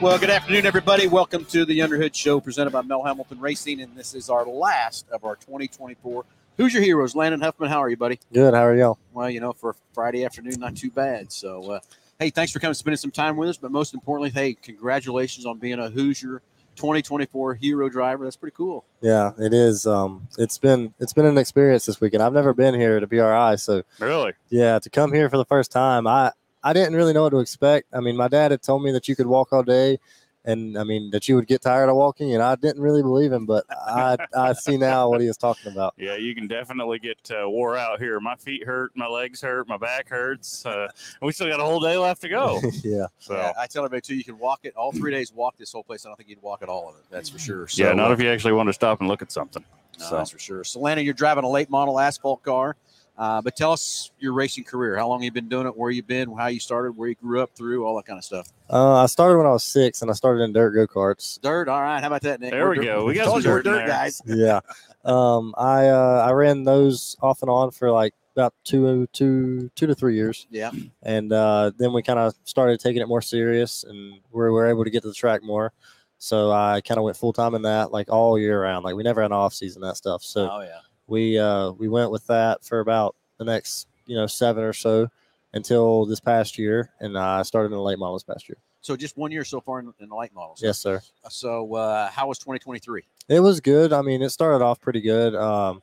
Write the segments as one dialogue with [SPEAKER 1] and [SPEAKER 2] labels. [SPEAKER 1] Well, good afternoon, everybody. Welcome to the Underhood Show presented by Mel Hamilton Racing. And this is our last of our 2024 Who's Your Heroes? Landon Huffman, how are you, buddy?
[SPEAKER 2] Good. How are y'all?
[SPEAKER 1] Well, you know, for a Friday afternoon, not too bad. So, uh, hey, thanks for coming, spending some time with us. But most importantly, hey, congratulations on being a Hoosier 2024 Hero driver. That's pretty cool.
[SPEAKER 2] Yeah, it is. Um, it's been it's been an experience this weekend. I've never been here to BRI, so
[SPEAKER 3] Really?
[SPEAKER 2] yeah, to come here for the first time, I I didn't really know what to expect. I mean, my dad had told me that you could walk all day, and I mean that you would get tired of walking, and I didn't really believe him, but I I see now what he is talking about.
[SPEAKER 3] Yeah, you can definitely get uh, wore out here. My feet hurt, my legs hurt, my back hurts. Uh, and we still got a whole day left to go.
[SPEAKER 2] yeah,
[SPEAKER 3] So
[SPEAKER 1] Yeah,
[SPEAKER 3] yeah,
[SPEAKER 1] I tell everybody, too, you can walk it all three days, walk this whole place. I don't think you'd walk it all of it. That's for sure. So, uh,
[SPEAKER 3] not if you actually want to stop and look at something.
[SPEAKER 1] No,
[SPEAKER 3] So
[SPEAKER 1] That's for sure. So, Landon, you're driving a late model asphalt car, uh, but tell us your racing career. How long you been doing it? Where you been? How you started? Where you grew up? Through all that kind of stuff.
[SPEAKER 2] uh, I started when I was six, and I started in dirt go karts.
[SPEAKER 1] Dirt. All right. How about that, Nick?
[SPEAKER 3] There
[SPEAKER 1] We're
[SPEAKER 3] we
[SPEAKER 1] dirt-
[SPEAKER 3] go. We got
[SPEAKER 1] Told
[SPEAKER 3] some
[SPEAKER 1] you we're
[SPEAKER 3] dirt
[SPEAKER 1] dirt
[SPEAKER 3] in there.
[SPEAKER 1] guys.
[SPEAKER 2] yeah. Um, I uh, I ran those off and on for like about two two two to three years.
[SPEAKER 1] Yeah.
[SPEAKER 2] And uh, then we kind of started taking it more serious, and we were, we were able to get to the track more. So I kind of went full time in that, like all year round. Like we never had an off season that stuff. So
[SPEAKER 1] Oh yeah.
[SPEAKER 2] we uh, we went with that for about the next you know seven or so until this past year, and I started in the late model this past year.
[SPEAKER 1] So just one year so far in, in the light models.
[SPEAKER 2] Yes, sir.
[SPEAKER 1] So uh, how was 2023?
[SPEAKER 2] It was good. I mean, it started off pretty good. Um,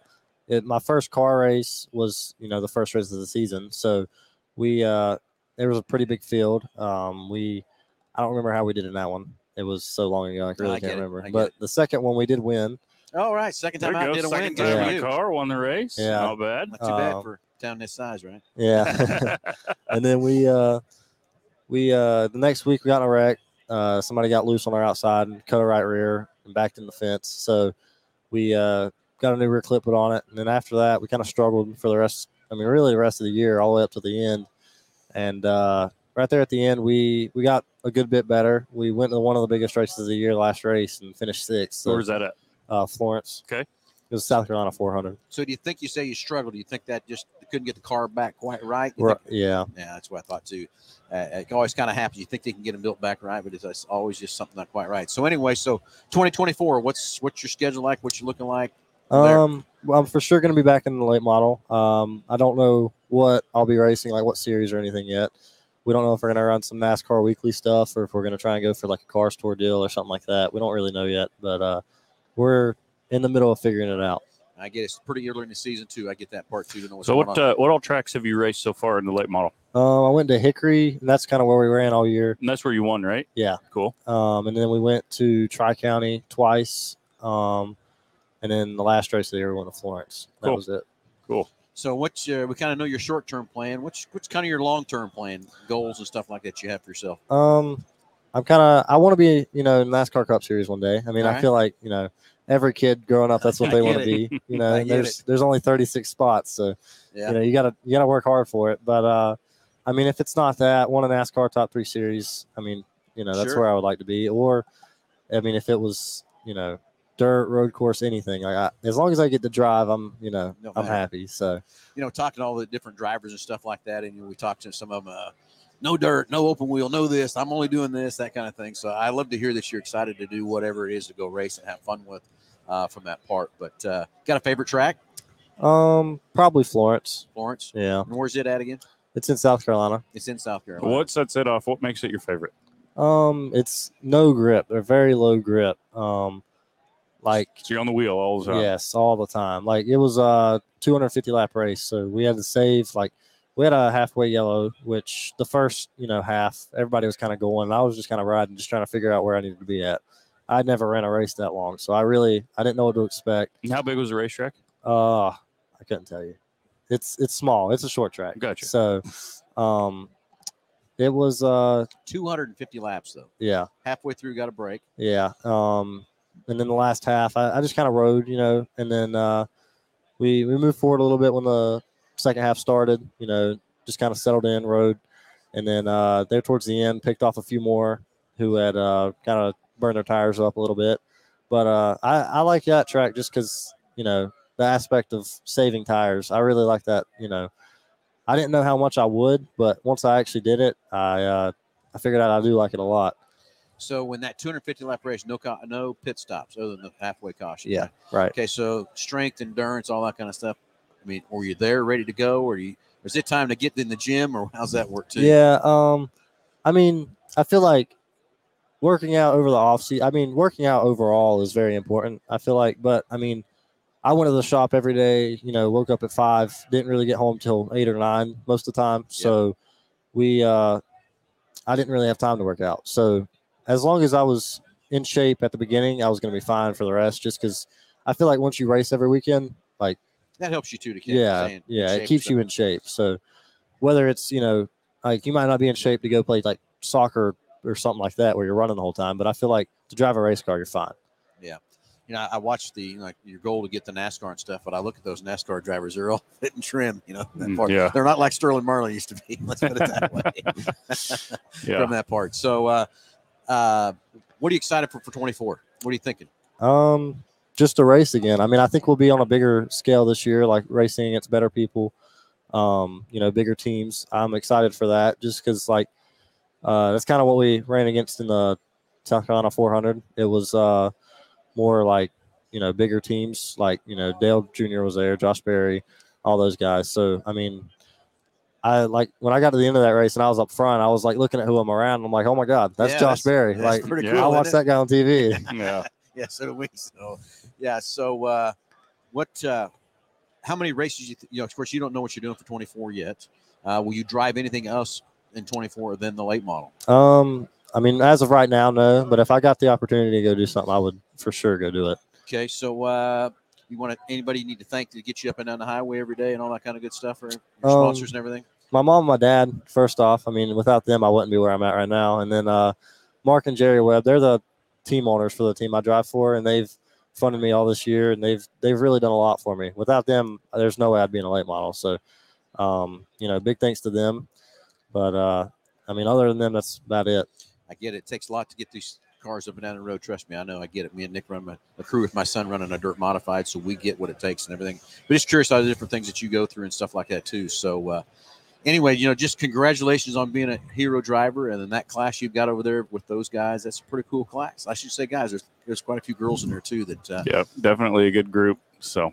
[SPEAKER 2] it, my first car race was, you know, the first race of the season. So we, uh, there was a pretty big field. Um, we, I don't remember how we did in that one. It was so long ago. I really
[SPEAKER 1] I get
[SPEAKER 2] can't
[SPEAKER 1] it. I
[SPEAKER 2] remember.
[SPEAKER 1] get
[SPEAKER 2] But
[SPEAKER 1] it.
[SPEAKER 2] the second one we did win.
[SPEAKER 1] All right. Second
[SPEAKER 3] There
[SPEAKER 1] time
[SPEAKER 3] you
[SPEAKER 1] out,
[SPEAKER 3] go.
[SPEAKER 1] did a win.
[SPEAKER 3] Second
[SPEAKER 1] Good
[SPEAKER 3] time
[SPEAKER 1] for
[SPEAKER 3] in
[SPEAKER 1] you.
[SPEAKER 3] the car, won the race.
[SPEAKER 2] Yeah.
[SPEAKER 3] Not bad.
[SPEAKER 1] Not too bad
[SPEAKER 2] Um,
[SPEAKER 1] for a town this size, right?
[SPEAKER 2] Yeah. and then we, uh, we, uh, the next week we got in a wreck. Uh, somebody got loose on our outside and cut a right rear and backed in the fence. So we, uh, got a new rear clip put on it. And then after that, we kind of struggled for the rest. I mean, really the rest of the year, all the way up to the end. And uh, right there at the end, we we got a good bit better. We went to one of the biggest races of the year, last race, and finished sixth. So,
[SPEAKER 3] Where's that at?
[SPEAKER 2] uh, Florence.
[SPEAKER 3] Okay.
[SPEAKER 2] It was South Carolina 400.
[SPEAKER 1] So do you think you say you struggled? Do you think that just you couldn't get the car back quite right? You
[SPEAKER 2] Right.
[SPEAKER 1] think-
[SPEAKER 2] Yeah.
[SPEAKER 1] yeah, that's what I thought too. Uh, it always kind of happens. You think they can get them built back right, but it's, it's always just something not quite right. So anyway, so 2024, what's what's your schedule like? What you looking like? there?
[SPEAKER 2] Um, well, I'm for sure going to be back in the late model. Um, I don't know what I'll be racing, like what series or anything yet. We don't know if we're going to run some NASCAR weekly stuff or if we're going to try and go for like a car store deal or something like that. We don't really know yet, but uh, we're in the middle of figuring it out.
[SPEAKER 1] I get it's pretty early in the season too. I get that part too. To know what's
[SPEAKER 3] So
[SPEAKER 1] going
[SPEAKER 3] what
[SPEAKER 1] on.
[SPEAKER 3] uh, what all tracks have you raced so far in the late model?
[SPEAKER 2] Um, I went to Hickory, and that's kind of where we ran all year.
[SPEAKER 3] And that's where you won, right?
[SPEAKER 2] Yeah.
[SPEAKER 3] Cool.
[SPEAKER 2] Um, and then we went to Tri County twice. Um, and then the last race of the year, we went to Florence. That
[SPEAKER 3] Cool.
[SPEAKER 2] was it.
[SPEAKER 3] Cool.
[SPEAKER 1] so what's uh, we kind of know your short term plan. What's what's kind of your long term plan, goals and stuff like that you have for yourself?
[SPEAKER 2] Um, I'm kind of I want to be you know in NASCAR Cup Series one day. I mean, I
[SPEAKER 1] Alright.
[SPEAKER 2] feel like you know every kid growing up that's what
[SPEAKER 1] I
[SPEAKER 2] they
[SPEAKER 1] get
[SPEAKER 2] want to
[SPEAKER 1] it.
[SPEAKER 2] be. You
[SPEAKER 1] I
[SPEAKER 2] know,
[SPEAKER 1] get
[SPEAKER 2] and there's there's only 36 spots, so
[SPEAKER 1] Yeah.
[SPEAKER 2] you know you gotta you gotta work hard for it. But uh, I mean, if it's not that, want a NASCAR Top Three Series. I mean, you know that's
[SPEAKER 1] Sure.
[SPEAKER 2] where I would like to be. Or, I mean, if it was you know dirt road course anything like I, as long as I get to drive, I'm you know
[SPEAKER 1] Don't
[SPEAKER 2] I'm
[SPEAKER 1] matter.
[SPEAKER 2] happy. So
[SPEAKER 1] you know, talking to all the different drivers and stuff like that. And you know, we talked to some of them, uh, no dirt, no open wheel, no this. I'm only doing this, that kind of thing. So I love to hear that you're excited to do whatever it is to go race and have fun with uh, from that part. But uh, got a favorite track,
[SPEAKER 2] um probably Florence.
[SPEAKER 1] Florence?
[SPEAKER 2] Yeah,
[SPEAKER 1] And where's it at again?
[SPEAKER 2] it's in South Carolina.
[SPEAKER 1] It's in South Carolina.
[SPEAKER 3] What sets it off? What makes it your favorite?
[SPEAKER 2] Um, it's no grip. They're very low grip. Um, like
[SPEAKER 3] So you're on the wheel all the time.
[SPEAKER 2] yes, all the time. Like it was a 250 lap race, so we had to save. Like we had a halfway yellow, which the first you know half everybody was kind of going. And I was just kind of riding, just trying to figure out where I needed to be at. I'd never ran a race that long, so I really I didn't know what to expect.
[SPEAKER 3] And how big was the racetrack?
[SPEAKER 2] Uh, I couldn't tell you. It's it's small. It's a short track.
[SPEAKER 3] Gotcha.
[SPEAKER 2] So, um, it was uh
[SPEAKER 1] 250 laps though.
[SPEAKER 2] yeah.
[SPEAKER 1] Halfway through, got a break.
[SPEAKER 2] Yeah. Um, and then the last half, I, I just kind of rode, you know, and then uh, we we moved forward a little bit when the second half started. You know, just kind of settled in, rode, and then uh, there towards the end, picked off a few more who had uh, kind of burned their tires up a little bit. But uh, I I like that track just because you know the aspect of saving tires. I really like that. You know, I didn't know how much I would, but once I actually did it, I uh, I figured out I do like it a lot.
[SPEAKER 1] So when that 250 lap race, no co- no pit stops other than the halfway caution.
[SPEAKER 2] Yeah, right.
[SPEAKER 1] Okay, so strength, endurance, all that kind of stuff. I mean, were you there, ready to go, or you? or Is it time to get in the gym, or how's that work too?
[SPEAKER 2] Yeah. Um, I mean, I feel like working out over the off season. I mean, working out overall is very important. I feel like, but I mean, I went to the shop every day. You know, woke up at five. Didn't really get home till eight or nine most of the time. So we, uh, I didn't really have time to work out. So as long as I was in shape at the beginning, I was going to be fine for the rest. Just because I feel like once you race every weekend,
[SPEAKER 1] that helps you too to keep
[SPEAKER 2] yeah
[SPEAKER 1] staying in
[SPEAKER 2] yeah
[SPEAKER 1] shape
[SPEAKER 2] it
[SPEAKER 1] or
[SPEAKER 2] keeps you in
[SPEAKER 1] something.
[SPEAKER 2] shape so whether it's you know like you might not be in shape to go play like soccer or something like that where you're running the whole time but i feel like to drive a race car you're fine
[SPEAKER 1] You know, I watched the you know, like your goal to get the NASCAR and stuff, but I look at those NASCAR drivers; they're all fit and trim. You know, that
[SPEAKER 3] Mm,
[SPEAKER 1] part.
[SPEAKER 3] yeah.
[SPEAKER 1] they're not like Sterling Marlin used to be. Let's put it that way.
[SPEAKER 3] Yeah.
[SPEAKER 1] From that part. So, uh, uh, what are you excited for for 24? What are you thinking?
[SPEAKER 2] um just to race again i mean i think we'll be on a bigger scale this year like racing against better people um you know bigger teams i'm excited for that just because like uh that's kind of what we ran against in the Takana 400 it was uh more like you know bigger teams like you know dale jr was there josh berry all those guys so i mean i like when i got to the end of that race and i was up front i was like looking at who i'm around i'm like oh my god that's
[SPEAKER 1] Yeah,
[SPEAKER 2] josh
[SPEAKER 1] that's-
[SPEAKER 2] berry
[SPEAKER 1] That's
[SPEAKER 2] like
[SPEAKER 1] pretty
[SPEAKER 3] yeah,
[SPEAKER 1] cool.
[SPEAKER 2] i
[SPEAKER 1] isn't
[SPEAKER 2] watched
[SPEAKER 1] it?
[SPEAKER 2] that guy on tv
[SPEAKER 3] yeah.
[SPEAKER 1] Yeah, so do we. So, yeah. So, uh, what? Uh, how many races? You, th- you know, of course, you don't know what you're doing for 24 yet. Uh, will you drive anything else in 24 than the late model?
[SPEAKER 2] Um, I mean, as of right now, no. But if I got the opportunity to go do something, I would for sure go do it.
[SPEAKER 1] Okay, so uh, you want to anybody you need to thank to get you up and down the highway every day and all that kind of good stuff, or your
[SPEAKER 2] Um,
[SPEAKER 1] sponsors and everything.
[SPEAKER 2] My mom, and my dad. First off, I mean, without them, I wouldn't be where I'm at right now. And then uh, Mark and Jerry Webb, they're the team owners for the team I drive for, and they've funded me all this year, and they've they've really done a lot for me. Without them, there's no way I'd be in a late model. So, um, you know, big thanks to them. But uh, I mean, other than them, that's about it.
[SPEAKER 1] I get it. It takes a lot to get these cars up and down the road. Trust me, I know. I get it. Me and Nick run my, a crew with my son running a dirt modified, so we get what it takes and everything. But it's curious how the different things that you go through and stuff like that too. So uh, anyway, you know, just congratulations on being a hero driver and then that class you've got over there with those guys. That's a pretty cool class. I should say, guys, there's there's quite a few girls in there too. That uh,
[SPEAKER 3] Yeah. Definitely a good group. So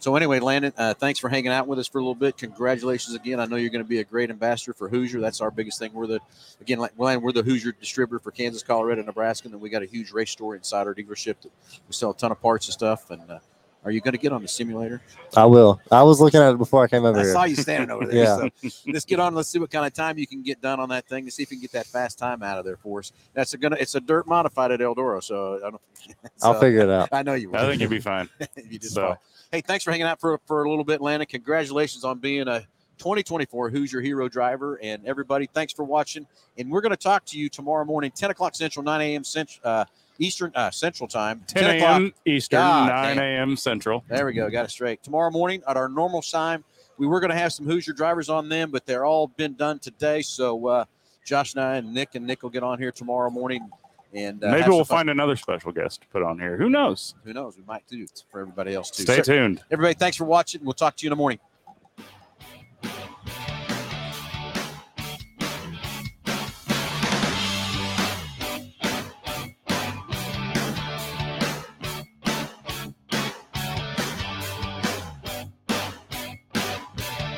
[SPEAKER 1] so anyway, Landon, uh, thanks for hanging out with us for a little bit. Congratulations again. I know you're going to be a great ambassador for Hoosier. That's our biggest thing. We're the again, like Landon, we're the Hoosier distributor for Kansas, Colorado, Nebraska, and then we got a huge race store inside our dealership that we sell a ton of parts and stuff. And uh, are you going to get on the simulator?
[SPEAKER 2] I will. I was looking at it before I came over
[SPEAKER 1] I
[SPEAKER 2] here.
[SPEAKER 1] saw you standing over there.
[SPEAKER 2] Yeah.
[SPEAKER 1] So let's get on. Let's see what kind of time you can get done on that thing and see if you can get that fast time out of there for us. That's a gonna. It's a dirt modified at Eldora, so I don't.
[SPEAKER 2] I'll
[SPEAKER 1] so
[SPEAKER 2] figure it out.
[SPEAKER 1] I know you. Will.
[SPEAKER 3] I think you'd be fine.
[SPEAKER 1] you did
[SPEAKER 3] So-
[SPEAKER 1] fine. Hey, thanks for hanging out for, for a little bit, Landon. Congratulations on being a 2024 Who's Your Hero driver. And everybody, thanks for watching. And we're going to talk to you tomorrow morning, 10 o'clock Central, 9 a.m. Central, uh, Eastern, uh, Central time.
[SPEAKER 3] 10 a.m. Eastern,
[SPEAKER 1] God
[SPEAKER 3] 9
[SPEAKER 1] damn.
[SPEAKER 3] a.m. Central.
[SPEAKER 1] There we go. Got it straight. Tomorrow morning at our normal time, we were going to have some Hoosier drivers on them, but they're all been done today. So uh, Josh and I and Nick and Nick will get on here tomorrow morning. And uh, have
[SPEAKER 3] Maybe
[SPEAKER 1] some
[SPEAKER 3] we'll
[SPEAKER 1] fun.
[SPEAKER 3] find another special guest to put on here. Who knows?
[SPEAKER 1] Who knows? We might do it for everybody else too.
[SPEAKER 3] Stay
[SPEAKER 1] So,
[SPEAKER 3] tuned.
[SPEAKER 1] Everybody, thanks for watching. We'll talk to you in the morning.